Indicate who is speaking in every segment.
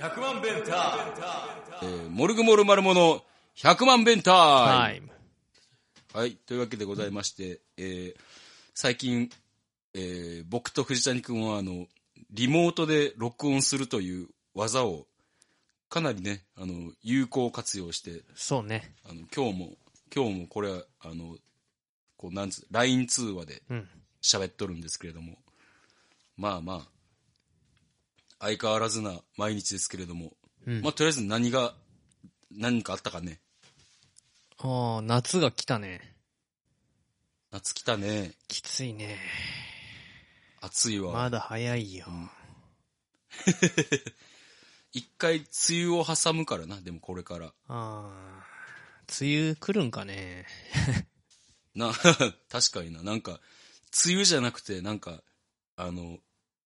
Speaker 1: 100万ベンタえーモルグモルマルモの100万ベンタイム
Speaker 2: タ
Speaker 1: は
Speaker 2: イム。
Speaker 1: い、というわけでございまして、えー最近、えー僕と藤谷君はあのリモートで録音するという技をかなりねあの有効活用して
Speaker 2: そうね。
Speaker 1: あの今日も今日もこれはあのこうなんつ LINE 通話で
Speaker 2: うん。
Speaker 1: 喋っとるんですけれども、まあまあ、相変わらずな毎日ですけれども、
Speaker 2: うん
Speaker 1: まあとりあえず何が、何かあったかね。
Speaker 2: ああ、夏が来たね。
Speaker 1: 夏来たね。
Speaker 2: きついね。
Speaker 1: 暑いわ。
Speaker 2: まだ早いよ。
Speaker 1: 一回梅雨を挟むからな、でもこれから。
Speaker 2: ああ、梅雨来るんかね。
Speaker 1: な、 確かにな、なんか、梅雨じゃなくて、なんか、あの、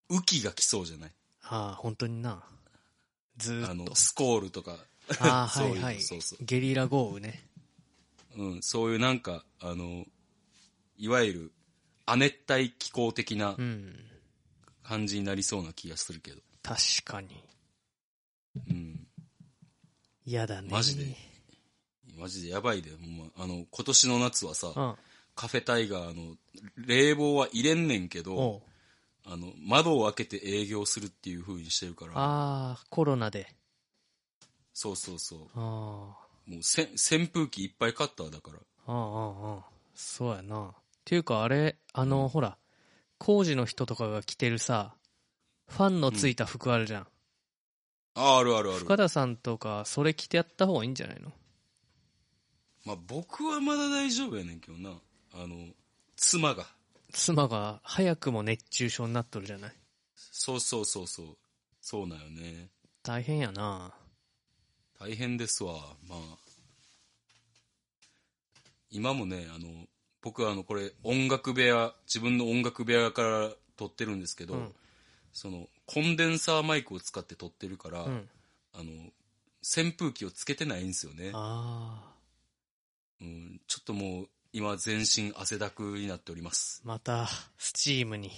Speaker 1: 雨季が来そうじゃない
Speaker 2: ああ、本当にな。ず
Speaker 1: あ
Speaker 2: ーっ
Speaker 1: の
Speaker 2: と、。
Speaker 1: スコールとか、
Speaker 2: ああ、
Speaker 1: そ
Speaker 2: は
Speaker 1: う
Speaker 2: い
Speaker 1: いう
Speaker 2: はい
Speaker 1: そうそ。
Speaker 2: ゲリラ豪雨ね。
Speaker 1: うん、そういうなんか、あの、いわゆる、亜熱帯気候的な
Speaker 2: うん。
Speaker 1: 感じになりそうな気がするけど。
Speaker 2: 確かに。
Speaker 1: うん。
Speaker 2: 嫌だね。
Speaker 1: マジでマジでやばいで、ほんまあの、今年の夏はさ、
Speaker 2: うん。
Speaker 1: カフェタイガーの、冷房は入れんねんけど、
Speaker 2: おう
Speaker 1: あの、窓を開けて営業するっていう風にしてるから、
Speaker 2: ああ、コロナで。
Speaker 1: そうそうそ
Speaker 2: あ
Speaker 1: う。
Speaker 2: あ。
Speaker 1: もうせ、扇風機いっぱい買ったわだから。
Speaker 2: ああああああそうやなっていうかあれあのほら工事の人とかが着てるさファンのついた服あるじゃん、
Speaker 1: ああ、あるあるあ
Speaker 2: 深
Speaker 1: る。
Speaker 2: 田さんとかそれ着てやった方がいいんじゃないの
Speaker 1: まあ、僕はまだ大丈夫やねんけどな。あの、妻が。
Speaker 2: 妻が早くも熱中症になっとるじゃない
Speaker 1: そうそうそうそう。そうなんよね。
Speaker 2: 大変やな
Speaker 1: 大変ですわ。まあ。今もね、あの、僕はあの、これ、音楽部屋、自分の音楽部屋から撮ってるんですけど、
Speaker 2: うん
Speaker 1: その、コンデンサーマイクを使って撮ってるから、
Speaker 2: うん
Speaker 1: あの、扇風機をつけてないんですよね。
Speaker 2: ああ
Speaker 1: うん、ちょっともう、今、全身汗だくになっております。
Speaker 2: またスチームに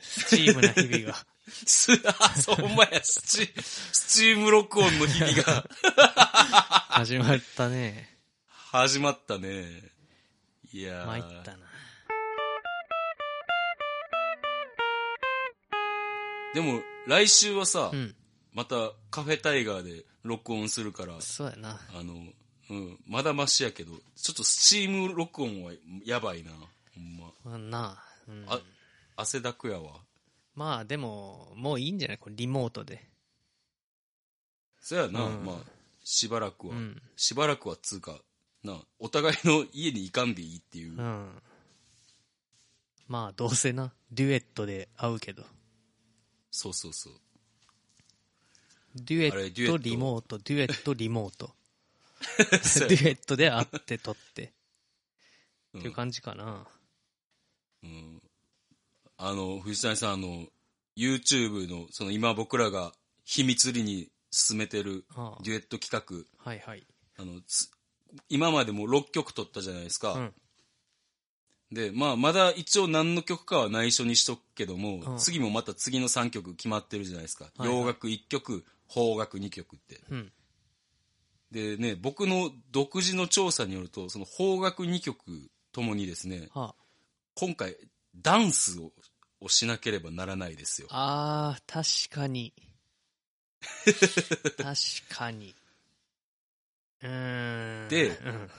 Speaker 2: スチームな日々 が
Speaker 1: す、あ、そう、ほんまや、スチ、スチーム録音の日々が
Speaker 2: 始まったね
Speaker 1: 始まったね。いやー
Speaker 2: 参ったな
Speaker 1: でも、来週はさ、
Speaker 2: うん
Speaker 1: またカフェタイガーで録音するから、
Speaker 2: そうやな
Speaker 1: あの、うん、まだマシやけど、ちょっとスチーム録音はやばいな。ほんま。
Speaker 2: まあなうん
Speaker 1: あ、汗だくやわ。
Speaker 2: まあでももういいんじゃないこれリモートで
Speaker 1: そやな、
Speaker 2: うん
Speaker 1: まあ、しばらくは、
Speaker 2: うん
Speaker 1: しばらくはつうか、な、お互いの家に行かんでいいっていう。
Speaker 2: うん。まあ、どうせな、デュエットで会うけど。
Speaker 1: そうそう そう。
Speaker 2: デュエ
Speaker 1: あれ
Speaker 2: ッ
Speaker 1: デュエッ
Speaker 2: ト、
Speaker 1: ト
Speaker 2: リモート、デュエット、リモート。
Speaker 1: そ
Speaker 2: デ
Speaker 1: う
Speaker 2: ュ
Speaker 1: や
Speaker 2: エットで会って撮って。
Speaker 1: う
Speaker 2: っ
Speaker 1: ん
Speaker 2: ていう感じかな。
Speaker 1: うんあの、藤谷さん、あの、YouTube の、その今僕らが秘密裏に進めてる
Speaker 2: あ
Speaker 1: デュエット企画、
Speaker 2: あはいはい。
Speaker 1: あの、つ今までも6曲撮ったじゃないですか。
Speaker 2: うん
Speaker 1: で、まあ、まだ一応何の曲かは内緒にしとくけども、
Speaker 2: うん
Speaker 1: 次もまた次の3曲決まってるじゃないですか。
Speaker 2: はいはい
Speaker 1: 洋楽1曲、邦楽2曲って。
Speaker 2: うん。
Speaker 1: でね、僕の独自の調査によると、その邦楽2曲ともにですね、
Speaker 2: は
Speaker 1: 今回、ダンスををしなければならないですよ。
Speaker 2: あ、あー確か に。確かに。うーん。
Speaker 1: で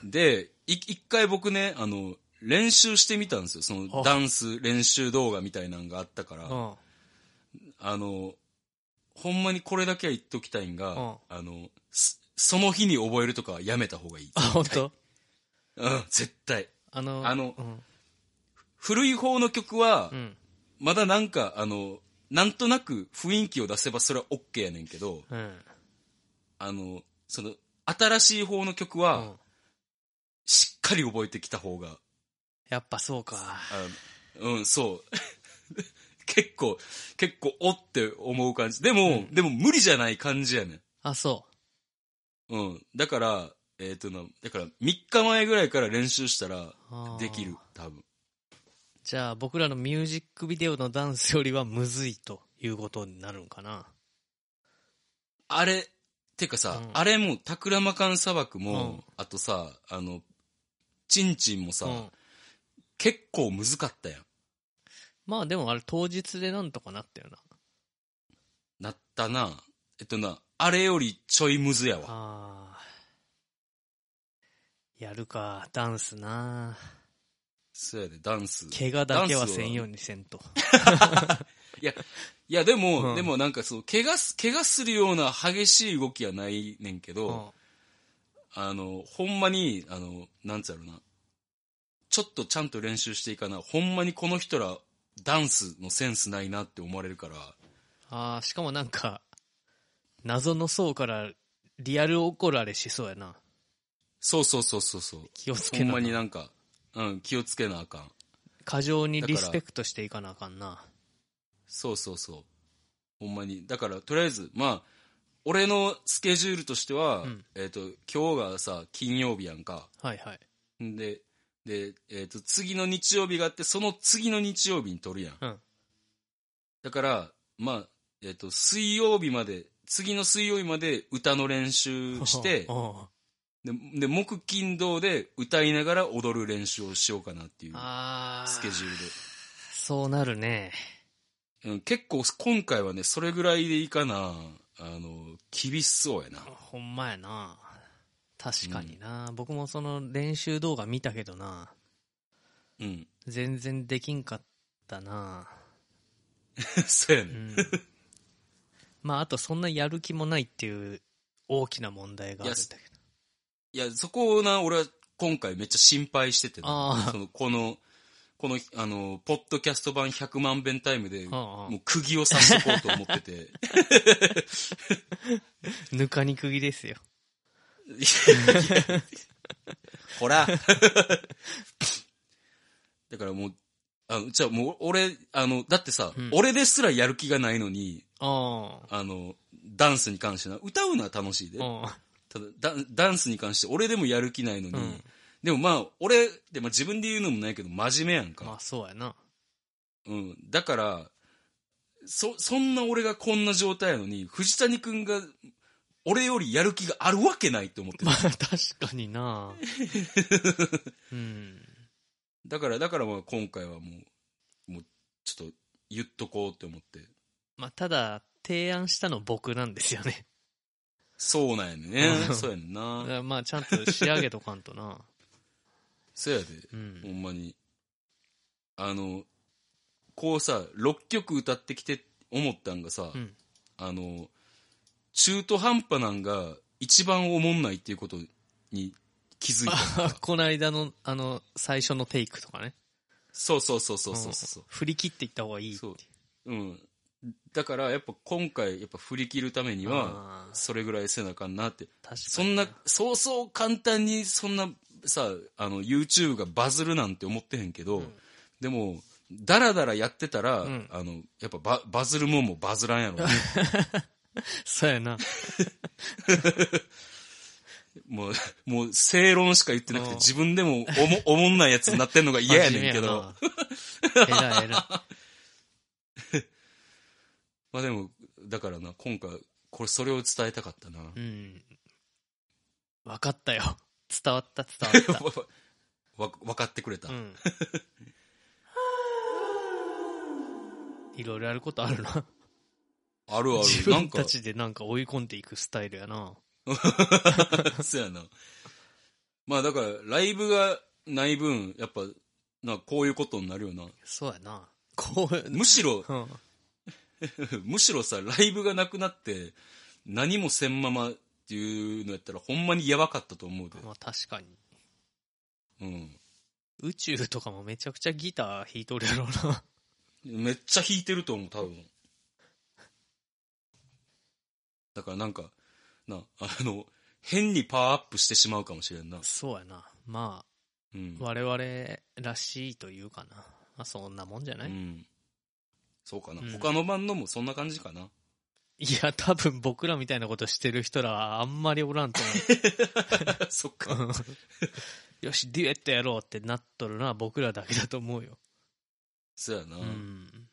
Speaker 2: うん、
Speaker 1: で、い一回僕ね、あの、練習してみたんですよ。その
Speaker 2: あ
Speaker 1: ダンス練習動画みたいなのがあったから、
Speaker 2: うん。
Speaker 1: あの、ほんまにこれだけは言っときたいんが、
Speaker 2: うん
Speaker 1: あの、すその日に覚えるとかはやめた方がいい。
Speaker 2: あ、本当
Speaker 1: うん、絶対。
Speaker 2: あの、
Speaker 1: あの
Speaker 2: うん。
Speaker 1: 古い方の曲は、
Speaker 2: うん。
Speaker 1: まだなんか、あの、なんとなく雰囲気を出せばそれは OK やねんけど、
Speaker 2: うん。
Speaker 1: あの、その、新しい方の曲
Speaker 2: う
Speaker 1: は、
Speaker 2: ん
Speaker 1: しっかり覚えてきた方が、
Speaker 2: やっぱそうか。
Speaker 1: あのうん、そう。 結構、結構、おって思う感じ。でも、
Speaker 2: うん
Speaker 1: でも無理じゃない感じやねん。
Speaker 2: あ、そ
Speaker 1: うん。だから、えっ、とな、だから3日前ぐらいから練習したら
Speaker 2: う。あー
Speaker 1: できる、。多分。
Speaker 2: じゃあ僕らのミュージックビデオのダンスよりはむずいということになるんかな。
Speaker 1: あれ、てかさ、
Speaker 2: うん
Speaker 1: あれも、タクラマカン砂漠も、
Speaker 2: うん
Speaker 1: あとさ、あの、チンチンもさ、
Speaker 2: うん。
Speaker 1: 結構むずかったやん。
Speaker 2: まあでもあれ当日でなんとかなったよな。
Speaker 1: なったな。えっとな、あれよりちょいむずやわ。
Speaker 2: あーやるか、ダンスな。
Speaker 1: そうやで、ダンス。
Speaker 2: 怪我だけはせんようにせんと。
Speaker 1: いや、でも、
Speaker 2: うん
Speaker 1: でもなんかそう、怪我す、怪我するような激しい動きはないねんけど、
Speaker 2: うん
Speaker 1: あの、ほんまに、あの、なんつうやろな。ちょっとちゃんと練習していかな。ほんまにこの人ら、ダンスのセンスないなって思われるから、
Speaker 2: あーしかもなんか、謎の層からリアル怒られしそうやな。
Speaker 1: そうそうそうそうそう。
Speaker 2: 気をつ
Speaker 1: ほ
Speaker 2: け
Speaker 1: ん
Speaker 2: な
Speaker 1: まになんか、うん、気をつけなあかん。
Speaker 2: 過剰にリスペクトしていかなあかんな。
Speaker 1: そうそうそう。ほんまに。だから、とりあえず、まあ、俺のスケジュールとしては、
Speaker 2: うん
Speaker 1: えっ、と、今日がさ、金曜日やんか。
Speaker 2: はいはい。
Speaker 1: んで、で、えっ、と、次の日曜日があって、その次の日曜日に撮るやん。
Speaker 2: うん
Speaker 1: だから、まあ、えっ、と、水曜日まで、次の水曜日まで歌の練習して
Speaker 2: う、ん
Speaker 1: で、で木金土で歌いながら踊る練習をしようかなっていう
Speaker 2: あー
Speaker 1: スケジュールで。
Speaker 2: そうなるね。
Speaker 1: うん、結構今回はね、それぐらいでいいかな、あの、厳しそうやな。
Speaker 2: ほんまやな。確かにな。僕もその練習動画見たけどな。
Speaker 1: うん。
Speaker 2: 全然できんかったな。
Speaker 1: そうやね
Speaker 2: う。ん。まあ、あとそんなやる気もないっていう大きな問題があるんだけど。
Speaker 1: いや、そこをな、俺は今回めっちゃ心配しててな
Speaker 2: あ。あ
Speaker 1: その、この、この、あの、ポッドキャスト版100万遍タイムで、も
Speaker 2: ああ
Speaker 1: う釘を刺しとこうと思って て。
Speaker 2: ぬかに釘ですよ。
Speaker 1: ほら。 だからもう、あの、じゃあもう俺、あの、だってさ、
Speaker 2: うん
Speaker 1: 俺ですらやる気がないのに、
Speaker 2: ああ。
Speaker 1: あの、ダンスに関してな、歌うのは楽しいで。
Speaker 2: あ
Speaker 1: ただダン、ダンスに関して俺でもやる気ないのに、
Speaker 2: うん
Speaker 1: でもまあ、俺、でまあ、自分で言うのもないけど、真面目やん
Speaker 2: あ。
Speaker 1: か。
Speaker 2: まあ、そうやな。
Speaker 1: うん。だから、そ、そんな俺がこんな状態やのに、藤谷くんが、俺よりやる気があるわけないって思ってる
Speaker 2: まあ、確かに な。うん。
Speaker 1: だから、だからまあ今回はもう、もう、ちょっと、言っとこうって思って。
Speaker 2: まあ、ただ、提案したの僕なんですよね。
Speaker 1: そうなんやね
Speaker 2: う。ん
Speaker 1: そうやん
Speaker 2: だ
Speaker 1: な
Speaker 2: か。らまあ、ちゃんと仕上げとかんとな。
Speaker 1: そうやで。
Speaker 2: う
Speaker 1: ほ
Speaker 2: ん。
Speaker 1: んまに。あの、こうさ、6曲歌ってきて思ったんがさ、
Speaker 2: うん。
Speaker 1: あの、中途半端なんが一番おもんないっていうことに気づいたの
Speaker 2: あ
Speaker 1: が。
Speaker 2: この間の、あの、最初のテイクとかね。
Speaker 1: そうそうそうそうそうそう。
Speaker 2: 振り切っていった方がいいって
Speaker 1: そううん。だからやっぱ今回やっぱ振り切るためには、
Speaker 2: あー
Speaker 1: それぐらいせなあかんなって。
Speaker 2: 確かに
Speaker 1: そんな、そうそう簡単にそんなさ、あの YouTube がバズるなんて思ってへんけど、
Speaker 2: うん
Speaker 1: でも、だらだらやってたら、
Speaker 2: ん
Speaker 1: あの、やっぱババズるもんもバズらんや ろ、ね。
Speaker 2: そうやな。
Speaker 1: もう、もう正論しか言ってなくて、
Speaker 2: うん
Speaker 1: 自分でもおも、おもんないやつになってんのが嫌やね んけど。
Speaker 2: 真面目やな。えらいえらい。
Speaker 1: まあでも、だからな、今回、これ、それを伝えたかったな。
Speaker 2: うん。分かったよ。伝わった伝わっ
Speaker 1: わ、分かってくれた。
Speaker 2: た。うん。いろいろやることあるな。
Speaker 1: あるあ
Speaker 2: 自
Speaker 1: る。なん
Speaker 2: 分
Speaker 1: か
Speaker 2: た、ちでなんか追い込んでいくスタイルやな。
Speaker 1: そうやな。まあだから、ライブがない分、やっぱ、な、こういうことになるよな。
Speaker 2: そうやな。こう、
Speaker 1: むしろ、
Speaker 2: うん。
Speaker 1: むしろさ、ライブがなくなって、何もせんままっていうのやったら、ほんまにやばかったと思うで。
Speaker 2: まあ確かに。
Speaker 1: うん。
Speaker 2: 宇宙とかもめちゃくちゃギター弾いとるやろうな。
Speaker 1: めっちゃ弾いてると思う、多分。だからなんか、な、あの、変にパワーアップしてしまうかもしれんな。
Speaker 2: そうやな。まあ、
Speaker 1: うん。
Speaker 2: 我々らしいというかな。まあそんなもんじゃない、
Speaker 1: うんそうかな。
Speaker 2: うん
Speaker 1: 他のバンドもそんな感じか な。
Speaker 2: いや、多分僕らみたいなことしてる人らはあんまりおらんと
Speaker 1: そっ
Speaker 2: 思う。よし、デュエットやろうってなっとるのは僕らだけだと思うよ。
Speaker 1: そうやな。
Speaker 2: うん。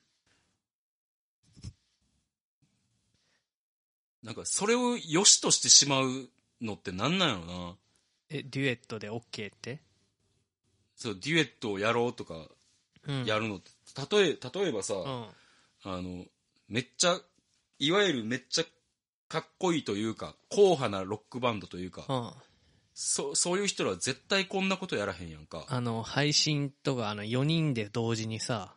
Speaker 1: なんか、それを良しとしてしまうのってなんなんやろな。
Speaker 2: え、デュエットで OK って
Speaker 1: そう、デュエットをやろうとか、
Speaker 2: うん。
Speaker 1: やるのって、例え、例えばさ、
Speaker 2: うん。
Speaker 1: あの、めっちゃ、いわゆるめっちゃかっこいいというか、硬派なロックバンドというか、
Speaker 2: うん。
Speaker 1: そそういう人らは絶対こんなことやらへんやんか。
Speaker 2: あの、配信とか、あの、4人で同時にさ、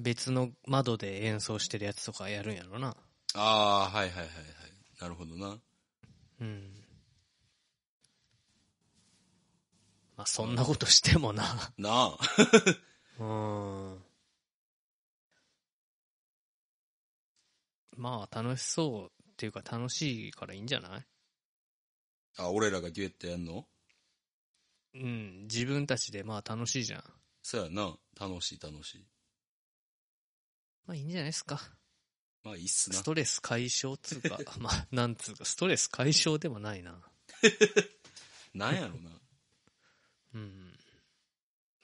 Speaker 2: 別の窓で演奏してるやつとかやるんやろな。
Speaker 1: ああ、はいはいはいはい。なるほどな。
Speaker 2: うん。まあ、そんなことしてもな。
Speaker 1: なあ。
Speaker 2: うん。まあ、楽しそうっていうか、楽しいからいいんじゃない
Speaker 1: あ、俺らがデュエットやんの
Speaker 2: うん。自分たちで、まあ、楽しいじゃん。
Speaker 1: そうやな。楽しい楽しい。
Speaker 2: まあ、いいんじゃないですか。
Speaker 1: まあいいっすな
Speaker 2: ス。トレス解消つうか、 まあ、なんつうか、ストレス解消でもないな。
Speaker 1: なんやろな。
Speaker 2: うん。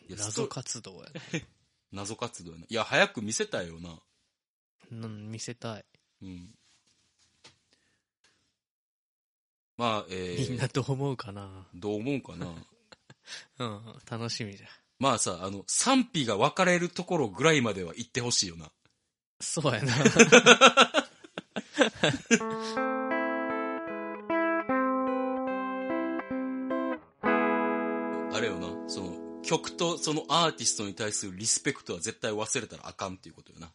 Speaker 1: いやス
Speaker 2: 謎
Speaker 1: ト
Speaker 2: 活動やね。
Speaker 1: 謎活動やな。いや、早く見せたいよな。
Speaker 2: うん、見せたい。
Speaker 1: うん。まあ、え
Speaker 2: みん
Speaker 1: ー、
Speaker 2: などう思うかな。
Speaker 1: どう思うかな。
Speaker 2: うん、楽しみじゃん。
Speaker 1: まあさ、あの、賛否が分かれるところぐらいまでは行ってほしいよな。
Speaker 2: そ うやな。
Speaker 1: あれよな、その、曲とそのアーティストに対するリスペクトは絶対忘れたらあかんっていうことよな。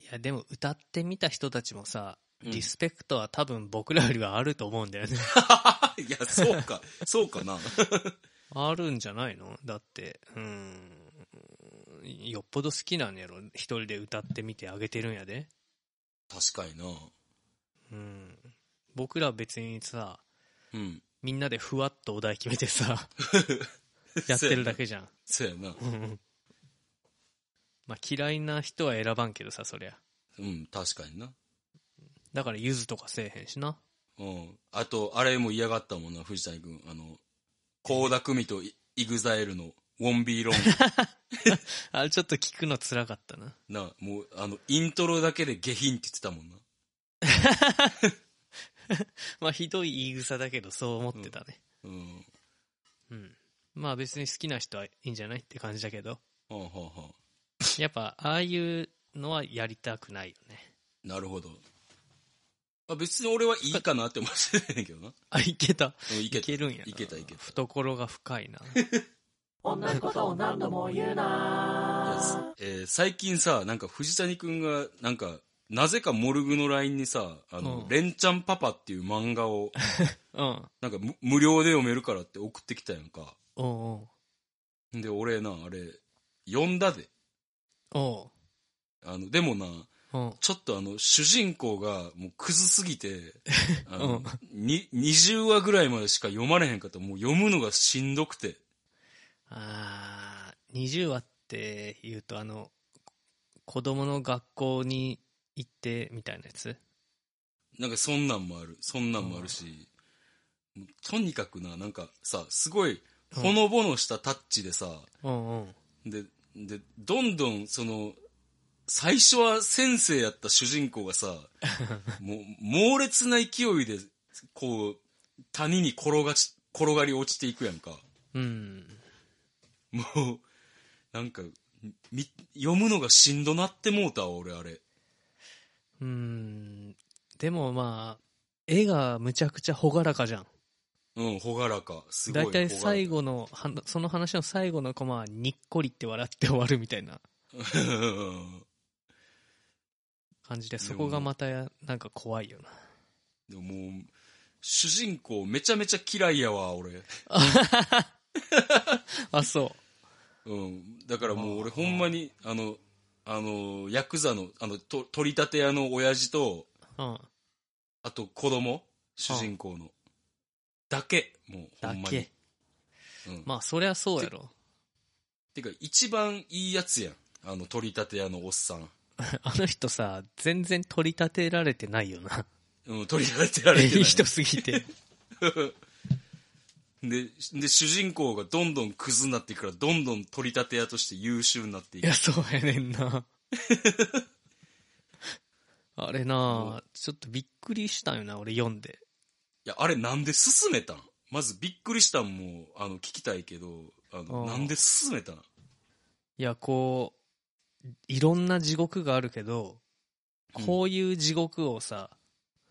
Speaker 2: いや、でも歌ってみた人たちもさ、
Speaker 1: うん
Speaker 2: リスペクトは多分僕らよりはあると思うんだよね。
Speaker 1: いや、そうか、そうかな。
Speaker 2: あるんじゃないのだって、うん。よっぽど好きなんやろ。一人で歌ってみてあげてるんやで。
Speaker 1: 確かにな。
Speaker 2: うん。僕ら別にさ、
Speaker 1: うん。
Speaker 2: みんなでふわっとお題決めて さ、やってるだけじゃん。
Speaker 1: そうやな。
Speaker 2: うんまあ嫌いな人は選ばんけどさ、そりゃ。
Speaker 1: うん、確かにな。
Speaker 2: だからゆずとかせえへんしな。
Speaker 1: うん。あと、あれも嫌がったもんな、藤谷君。あの、高田久美とイイグザイルのウォンビーロン。
Speaker 2: あれちょっと聞くの辛かったな。
Speaker 1: な、もう、あの、イントロだけで下品って言ってたもんな。
Speaker 2: まあひどい言い草だけどそう思ってたね。
Speaker 1: うん。
Speaker 2: うん。まあ別に好きな人はいいんじゃないって感じだけど。
Speaker 1: はあ、はあはあ、
Speaker 2: やっぱああいうのはやりたくないよね。
Speaker 1: なるほど。あ別に俺はいいかなって思ってたんやけど な。
Speaker 2: あ、いけた。
Speaker 1: うんい
Speaker 2: いけ
Speaker 1: けた。
Speaker 2: るんやな。
Speaker 1: いけたいけた
Speaker 2: 懐が深いな。
Speaker 1: いやすえー最近さ、なんか藤谷くんが、なんか、なぜかモルグの LINE にさ、あの
Speaker 2: う、ん
Speaker 1: レンちゃんパパっていう漫画を、
Speaker 2: うん。
Speaker 1: なんか無無料で読めるからって送ってきたやんか。
Speaker 2: おう
Speaker 1: で、俺な、あれ、読んだで。
Speaker 2: おう。お
Speaker 1: あの、でもな、
Speaker 2: う。うん。
Speaker 1: ちょっとあの、主人公がもうクズすぎ て、あの、
Speaker 2: うん
Speaker 1: に20話ぐらいまでしか読まれへんかった。もう読むのがしんどくて。
Speaker 2: あー20話って言うとあの子供の学校に行ってみたいなやつ
Speaker 1: なんかそんなんもある。そんなんもあるし、もうとにかくな、なんかさ、すごい、ほのぼのしたタッチでさ、
Speaker 2: うんうん
Speaker 1: で、で、どんどん、その、最初は先生やった主人公が さ、もう、猛烈な勢いで、こう、谷に転がち、転がり落ちていくやんか。
Speaker 2: うん
Speaker 1: もう、 なんか、み、読むのがしんどなってもうたわ、俺、あれ。
Speaker 2: うんでもまあ絵がむちゃくちゃ朗らかじゃん
Speaker 1: うん、ほがらか。すごい。
Speaker 2: 大体最
Speaker 1: 後。
Speaker 2: 後のはなその話の最後のコマはにっこりって笑って終わるみたいな感じでそこがまたやなんか怖いよな
Speaker 1: でももう、主人公めちゃめちゃ嫌いやわ、俺。
Speaker 2: あそう
Speaker 1: うん。だからもう俺ほんまに、あの、あの、ヤクザの、あの、と取り立て屋の親父と、
Speaker 2: うん
Speaker 1: あと子供、主人公の。だけ、もうほ
Speaker 2: だ
Speaker 1: んまに
Speaker 2: け。
Speaker 1: うん、
Speaker 2: まあそりゃそうやろ
Speaker 1: てか、一番いいやつやん。あの、取り立て屋のおっさん。
Speaker 2: あの人さ全然取り立てられてないよな
Speaker 1: うん、取り立てられて
Speaker 2: い
Speaker 1: ない
Speaker 2: い人すぎて。
Speaker 1: で、で、主人公がどんどんクズになっていくから、どんどん取り立て屋として優秀になってい
Speaker 2: い
Speaker 1: く
Speaker 2: や、。そうやねんな。 あれなちょっとびっくりしたよな、俺読んで。
Speaker 1: いや、あれなんで進めたんまずびっくりしたんも、あの、聞きたいけど、あ
Speaker 2: う
Speaker 1: の、
Speaker 2: ん
Speaker 1: なんで進めたん
Speaker 2: いや、こう、いろんな地獄があるけど、
Speaker 1: うん
Speaker 2: こういう地獄をさ、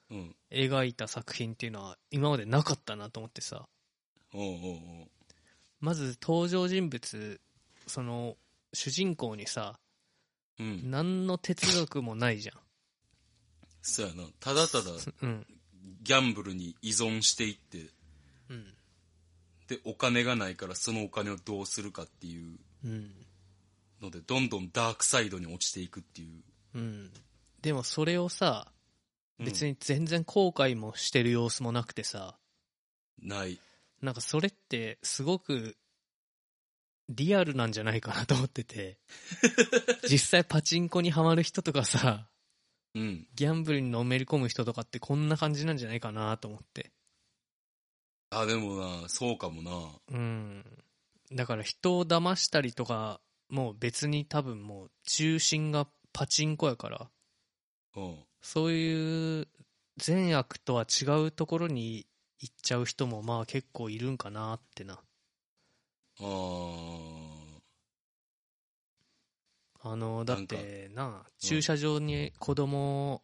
Speaker 1: うん。
Speaker 2: 描いた作品っていうのは今までなかったなと思ってさ、
Speaker 1: おうおうおう
Speaker 2: まず登場人物、その、主人公にさ、
Speaker 1: うん。
Speaker 2: 何の哲学もないじゃ
Speaker 1: そうやな。ただただ、
Speaker 2: ん。うん。
Speaker 1: ギャンブルに依存していって、
Speaker 2: うん。
Speaker 1: で、お金がないから、そのお金をどうするかっていう
Speaker 2: うん。
Speaker 1: ので、どんどんダークサイドに落ちていくっていう。
Speaker 2: うん。でもそれをさ、
Speaker 1: うん
Speaker 2: 別に全然後悔もしてる様子もなくてさ、
Speaker 1: ない。
Speaker 2: なんかそれってすごくリアルなんじゃないかなと思ってて、実際パチンコにはまる人とかさ、
Speaker 1: うん。
Speaker 2: ギャンブルにのめり込む人とかってこんな感じなんじゃないかなと思って。
Speaker 1: あ、でもな、そうかもな。
Speaker 2: うん。だから人を騙したりとか、もう別に多分もう中心がパチンコやから、
Speaker 1: うん。
Speaker 2: そういう善悪とは違うところに行っちゃう人もまあ結構いるんかなってな。
Speaker 1: あー
Speaker 2: あの、だっ
Speaker 1: な
Speaker 2: てな駐車場に子供を、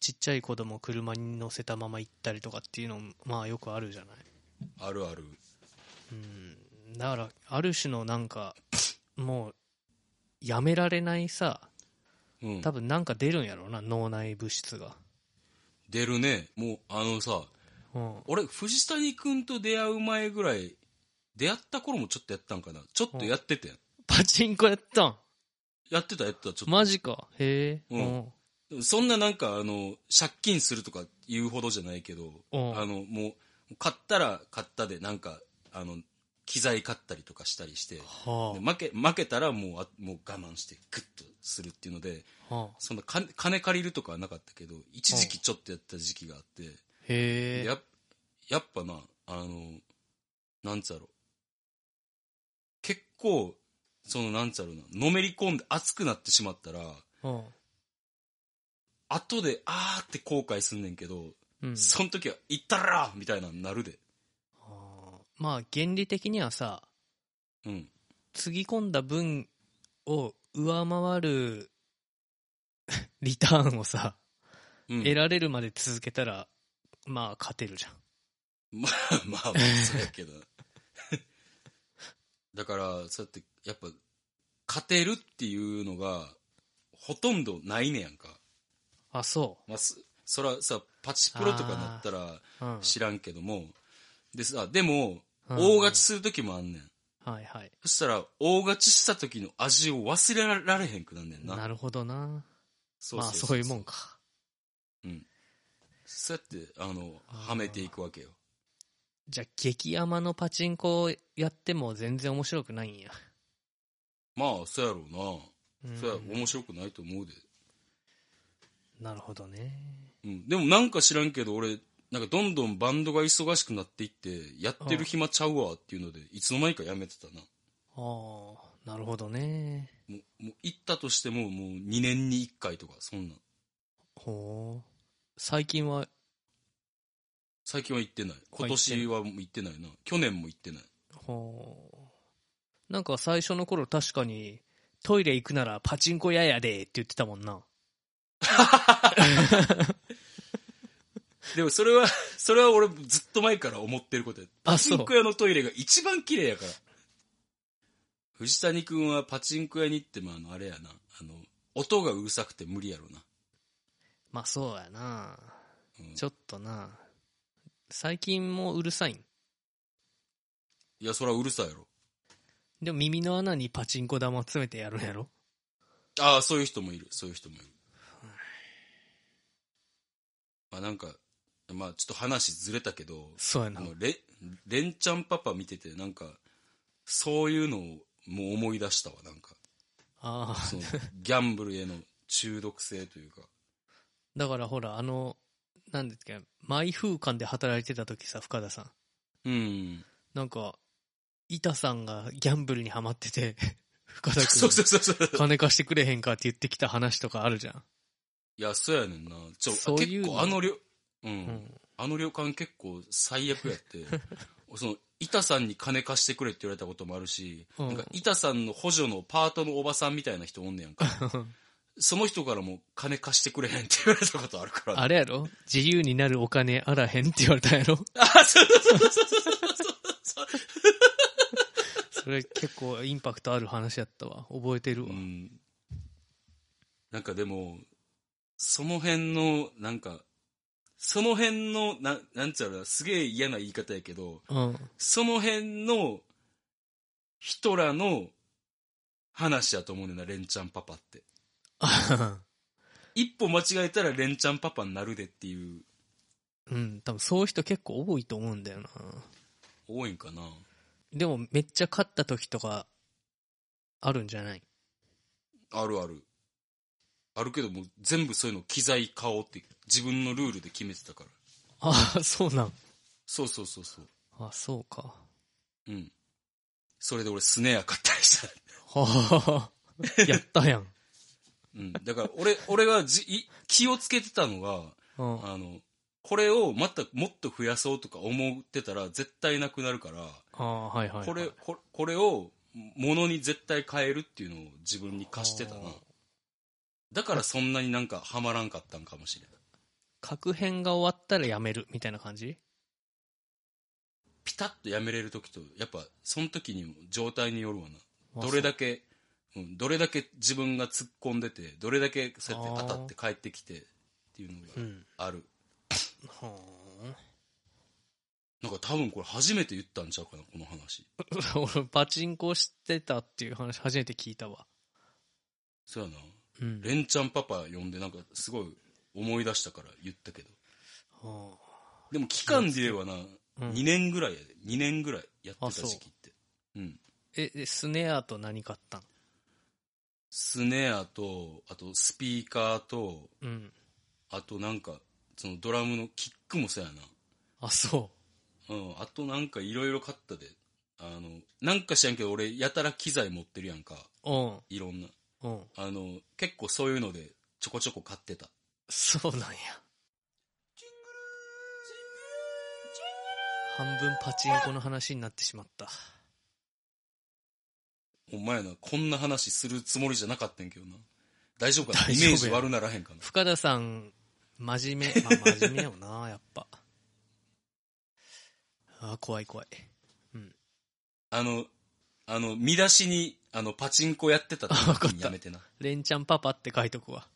Speaker 2: ちっちゃい子供を車に乗せたまま行ったりとかっていうのもまあよくあるじゃない。
Speaker 1: あるある。
Speaker 2: うん。だから、ある種のなんか、もう、やめられないさ、
Speaker 1: うん。
Speaker 2: 多分なんか出るんやろうな、脳内物質が。
Speaker 1: 出るね。もう、あのさ、
Speaker 2: うん。
Speaker 1: 俺、藤谷くんと出会う前ぐらい、出会った頃もちょっとやったんかな。ちょっとやっててん。
Speaker 2: パチンコやったん
Speaker 1: やってた、やってた、ちょっ
Speaker 2: マジか。へえ。
Speaker 1: うんと。そんななんか、あの、借金するとか言うほどじゃないけど、
Speaker 2: うん
Speaker 1: あの、もう、買ったら買ったで、なんか、あの、機材買ったりとかしたりして、
Speaker 2: は
Speaker 1: で負け、負けたらもう、あもう我慢して、グッとするっていうので、
Speaker 2: あ。はあ。
Speaker 1: そんな金、金借りるとかはなかったけど、一時期ちょっとやった時期があって、
Speaker 2: へえ。
Speaker 1: やっやっぱなあのなんつうやろ結構そのなんつうやろなのめり込んで熱くなってしまったら
Speaker 2: うん。
Speaker 1: 後であーって後悔すんねんけど、
Speaker 2: うん。
Speaker 1: その時は「行ったら!」みたいなのになるで
Speaker 2: あーまあ、原理的にはさ、
Speaker 1: うん
Speaker 2: つぎ込んだ分を上回る リターンをさ、
Speaker 1: うん
Speaker 2: 得られるまで続けたら、まあ、勝てるじゃん。
Speaker 1: まあ まあまあそうやけど だからそうやってやっぱ勝てるっていうのがほとんどないねやんか、
Speaker 2: あ、そ
Speaker 1: まあ、すそらさパチプロとかなったら
Speaker 2: う。うん。
Speaker 1: 知らんけども、でさでも
Speaker 2: うん
Speaker 1: 大勝ちする時もあんねん
Speaker 2: はいはい。
Speaker 1: そしたら大勝ちした時の味を忘れられへんくなんねんな
Speaker 2: なるほどな。
Speaker 1: そう
Speaker 2: まあ、
Speaker 1: そ
Speaker 2: そういうも
Speaker 1: ん
Speaker 2: んか。
Speaker 1: そうやってあの
Speaker 2: あー
Speaker 1: はめていくわけよ
Speaker 2: じゃあ、激山のパチンコをやっても全然面白くないんや。
Speaker 1: まあそうやろうな、
Speaker 2: うん
Speaker 1: そうや面白くないと思うで、
Speaker 2: なるほどね。
Speaker 1: うん、でもなんか知らんけど俺なんかどんどんバンドが忙しくなっていってやってる暇ちゃうわっていうのでいつの間にかやめてたな
Speaker 2: ああ、なるほどね。
Speaker 1: もうもう行ったとしてももう2年に1回とかそんなん
Speaker 2: ほう。最近は、
Speaker 1: 最近は行ってない今年はもう行ってないな去年も行ってない
Speaker 2: ほう。なんか最初の頃確かに、トイレ行くならパチンコ屋やでって言ってたもんな。
Speaker 1: でもそれは、 それは俺ずっと前から思ってることや。
Speaker 2: あ
Speaker 1: パチン
Speaker 2: そ
Speaker 1: コ屋のトイレが一番綺麗やから。藤谷くんはパチンコ屋に行ってもあの、あれやな。あの、音がうるさくて無理やろな。
Speaker 2: まあそうやな。
Speaker 1: うん
Speaker 2: ちょっとな。最近もうるさいん。
Speaker 1: いや、そらうるさいやろ。
Speaker 2: でも耳の穴にパチンコ玉詰めてやるんやろ
Speaker 1: ああ、そういう人もいる。そういう人もいる。まあなんか、まあちょっと話ずれたけど、
Speaker 2: そうや
Speaker 1: あ
Speaker 2: な。
Speaker 1: の、レ、レンちゃんパパ見てて、なんか、そういうのをもう思い出したわ、なんか。
Speaker 2: ああ。
Speaker 1: その、ギャンブルへの中毒性というか。
Speaker 2: だからほら、あの、なんですか、マイ風館で働いてた時さ、深田さん。
Speaker 1: うん。
Speaker 2: なんか、板さんがギャンブルにハマってて、 深田
Speaker 1: そうそ
Speaker 2: 君、
Speaker 1: うそうそう。
Speaker 2: 金貸してくれへんかって言ってきた話とかあるじゃん。
Speaker 1: いや、そうやねんな。ちょ、
Speaker 2: そういう
Speaker 1: 結
Speaker 2: の
Speaker 1: 構あの旅、うん、
Speaker 2: うん。
Speaker 1: あの旅館結構最悪や って、その、板さんに金貸してくれって言われたこともあるし、
Speaker 2: うん
Speaker 1: なんか板さんの補助のパートのおばさんみたいな人おんねやん か。その人からも金貸してくれへんって言われたことあるから、
Speaker 2: あれやろ自由になるお金あらへんって言われたやろ
Speaker 1: あ、そうそうそうそう
Speaker 2: それ結構インパクトある話やったわ。覚えてるわ。
Speaker 1: うん。なんかでも、その辺の、なんか、その辺の、ななんちゃうな、すげえ嫌な言い方やけど、
Speaker 2: うん。
Speaker 1: その辺の人らの話やと思うねんな、レンちゃんパパって。一歩間違えたらレンちゃんパパになるでっていう、
Speaker 2: うん。多分そういう人結構多いと思うんだよな。
Speaker 1: 多いんかな。
Speaker 2: でもめっちゃ勝った時とか、あるんじゃない
Speaker 1: あるある。あるけども、全部そういうの機材買おうって自分のルールで決めてたから。
Speaker 2: ああ、そうなん。
Speaker 1: そうそうそうそう。
Speaker 2: あそうか。
Speaker 1: うん。それで俺スネア買ったりした。
Speaker 2: はあ、やっ たやん。
Speaker 1: うん。だから俺、俺がじい気をつけてたのが、
Speaker 2: うん。
Speaker 1: あの、これをまたもっと増やそうとか思ってたら絶対なくなるから、
Speaker 2: ああ、はいはい、はい。
Speaker 1: これ、ここれを物に絶対変えるっていうのを自分に貸してたな
Speaker 2: あー。
Speaker 1: だからそんなになんかハマらんかったんかもしれない。
Speaker 2: 確変が終わったらやめるみたいな感じ
Speaker 1: ピタッとやめれる時と、やっぱその時にも状態によるわな。どれだけ、うん、どれだけ自分が突っ込んでて、どれだけそうやって当たって帰ってきてっていうの
Speaker 2: う
Speaker 1: が
Speaker 2: ん。
Speaker 1: ある。
Speaker 2: は
Speaker 1: なんか多分これ初めて言ったんちゃうかな、この話。
Speaker 2: あ 俺、パチンコしてたっていう話初めて聞いたわ。
Speaker 1: そうやな。
Speaker 2: うん。
Speaker 1: レンちゃんパパ呼んでなんかすごい思い出したから言ったけど。
Speaker 2: は
Speaker 1: でも期間で言えばな、
Speaker 2: あうん
Speaker 1: 2年ぐらいやで、2年ぐらいやってた
Speaker 2: あそう
Speaker 1: 時期って。うん。
Speaker 2: え、えスネアと何買ったん
Speaker 1: スネアと、あとスピーカーと、
Speaker 2: うん。
Speaker 1: あとなんか、そのドラムのキックもそうや
Speaker 2: あ、そ
Speaker 1: な。うん。あとなんかいろいろ買ったで。あの、なんか知らんけど俺やたら機材持ってるやんか。
Speaker 2: う。うん。
Speaker 1: いろんな。
Speaker 2: うん。
Speaker 1: あの、結構そういうのでちょこちょこ買ってた。
Speaker 2: そうなんや。半分パチンコの話になってしまった。
Speaker 1: お前な、こんな話するつもりじゃなかったんやけどな。大丈夫かな
Speaker 2: 大
Speaker 1: イ
Speaker 2: 丈夫や
Speaker 1: メージ悪ならへんかな。
Speaker 2: 深田さん、真面 目。まあ、真面目よな、 やっぱ。あー怖い怖い。
Speaker 1: あの、あの、見出しに、あの、パチンコやってたって
Speaker 2: あわかった
Speaker 1: やめてな。
Speaker 2: レンちゃんパパって書いと くわ。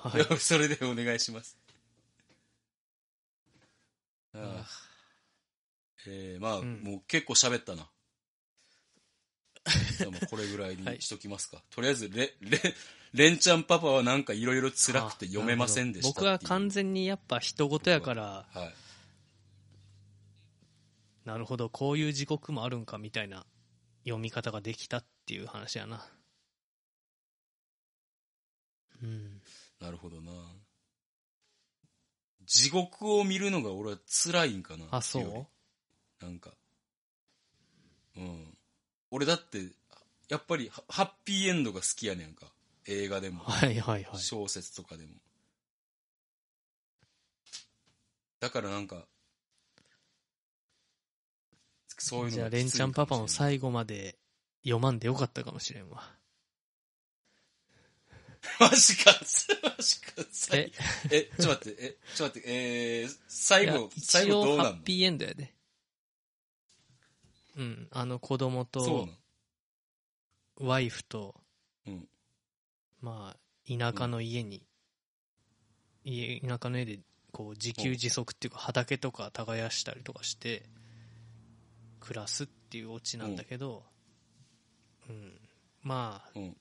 Speaker 2: はい。
Speaker 1: それでお願いします。あ
Speaker 2: あ
Speaker 1: あえー、まあ、
Speaker 2: うん
Speaker 1: もう結構喋ったな。じゃあまあこれぐらい にしときますか。とりあえずレ、レ、レンちゃんパパはなんかいろいろ辛くて読めませんでしたって
Speaker 2: 僕
Speaker 1: いう
Speaker 2: は完全にやっぱ人事やから、
Speaker 1: はい。
Speaker 2: なるほど、こういう時刻もあるんかみたいな読み方ができたっていう話やな。うん。
Speaker 1: なるほどな。地獄を見るのが俺は辛いんかな。
Speaker 2: あ、そ
Speaker 1: よりな
Speaker 2: う
Speaker 1: んか。うん。俺だって、やっぱりハ、ハッピーエンドが好きやねんか。映画でも、
Speaker 2: はいはいはい。
Speaker 1: 小説とかでも。だからなんか、そういうの
Speaker 2: じゃ
Speaker 1: が
Speaker 2: あ、
Speaker 1: きつい
Speaker 2: レンちゃんパパも
Speaker 1: かもし
Speaker 2: 最後まで読まんでよかったかもしれんわ。
Speaker 1: れん マジか、マジか、最
Speaker 2: え
Speaker 1: 後、え、ちょっと待って、え、ちょっと待って、えー、 最
Speaker 2: いや
Speaker 1: 後、最
Speaker 2: 一
Speaker 1: 後どう
Speaker 2: 応、ハ
Speaker 1: な
Speaker 2: ッ
Speaker 1: んの
Speaker 2: ピーエンドやで。うん、あの子供
Speaker 1: そうな
Speaker 2: と
Speaker 1: の
Speaker 2: ワイフと、
Speaker 1: うん
Speaker 2: まあ、田舎の家に、家田舎の家で、こう、自給自足っていうか、畑とか耕したりとかして、暮らすっていうオチなんだけど、うん、まあ、
Speaker 1: うん。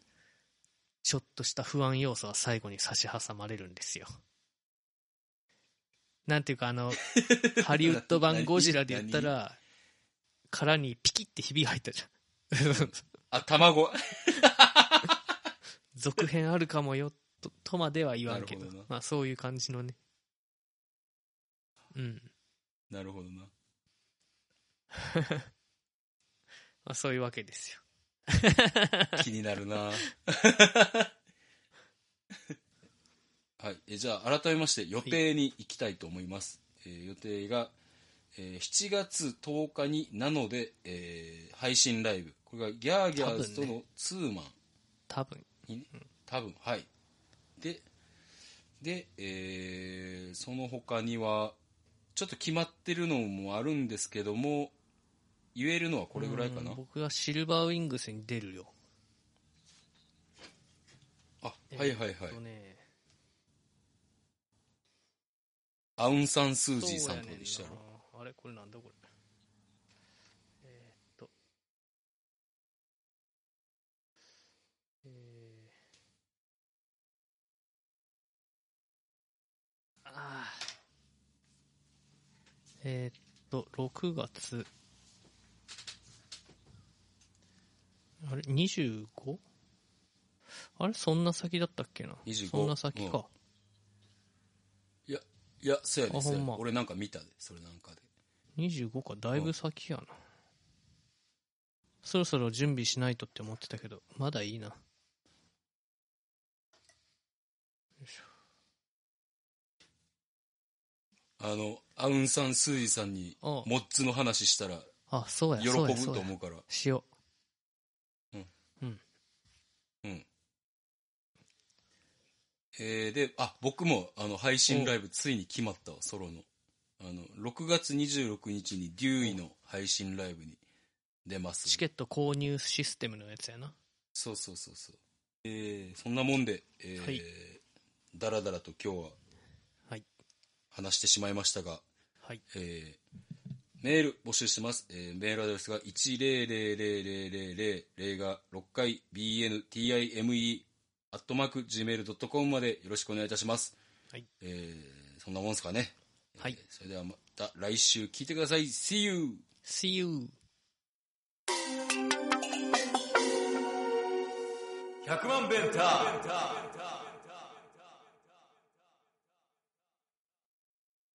Speaker 2: ちょっとした不安要素は最後に差し挟まれるんですよ。なんていうか あの、ハリウッド版ゴジラで言ったら、殻にピキってひびが入ったじゃん。
Speaker 1: あ、卵。
Speaker 2: 続編あるかもよ、と、とまでは言わんけど
Speaker 1: なるほどな
Speaker 2: まあそういう感じのね。うん。
Speaker 1: なるほどな。
Speaker 2: まあ、そういうわけですよ。
Speaker 1: 気になるな はい、えじゃあ改めまして予定に行きたいと思います、えー予定が、えー7月10日になので、えー配信ライブこれがギャーギャーズとのツーマン
Speaker 2: 多分。
Speaker 1: にね多分はいでで、えーその他にはちょっと決まってるのもあるんですけども言えるのはこれぐらいかな
Speaker 2: うん僕はシルバーウィングスに出るよ。
Speaker 1: あはいはいはい
Speaker 2: えっとね、
Speaker 1: アウン・サン・スー・
Speaker 2: そう
Speaker 1: ジー
Speaker 2: や
Speaker 1: さん
Speaker 2: ね
Speaker 1: と
Speaker 2: んな
Speaker 1: 一緒やろ
Speaker 2: あれこれなんだこれ。えーっと。えーあーえーっと、6月。あれ、25? あれ、そんな先だったっけな
Speaker 1: 25
Speaker 2: そんな先か。
Speaker 1: いやそうやね
Speaker 2: あ
Speaker 1: そうやね
Speaker 2: ほんま
Speaker 1: 俺なんか見たでそれなんかで
Speaker 2: 25かだいぶ先やな、そろそろ準備しないとって思ってたけどまだいいなよいしょ
Speaker 1: あのアウン・サン・スー・ジーさんに
Speaker 2: あ
Speaker 1: モッツの話したら
Speaker 2: あそうや
Speaker 1: 喜ぶ
Speaker 2: そう
Speaker 1: と
Speaker 2: やそうや
Speaker 1: 思うから
Speaker 2: しよ
Speaker 1: えーであ僕もあの配信ライブついに決まったわソロのあの6月26日にデューイの配信ライブに出ま
Speaker 2: う
Speaker 1: す
Speaker 2: チケット購入システムのやつやな
Speaker 1: そうそうそうそうえーそんなもんで、えー
Speaker 2: はい
Speaker 1: だらだらと今日は
Speaker 2: はい
Speaker 1: 話してしまいましたが、
Speaker 2: はい
Speaker 1: えーメール募集してます、えーメールアドレスが1000000が6回 bntime アットマーク gmail.com までよろしくお願いいたします、
Speaker 2: はい
Speaker 1: えーそんなもんすかね、
Speaker 2: はい
Speaker 1: えーそれではまた来週聞いてください See you!
Speaker 2: See you
Speaker 1: 100万ベンター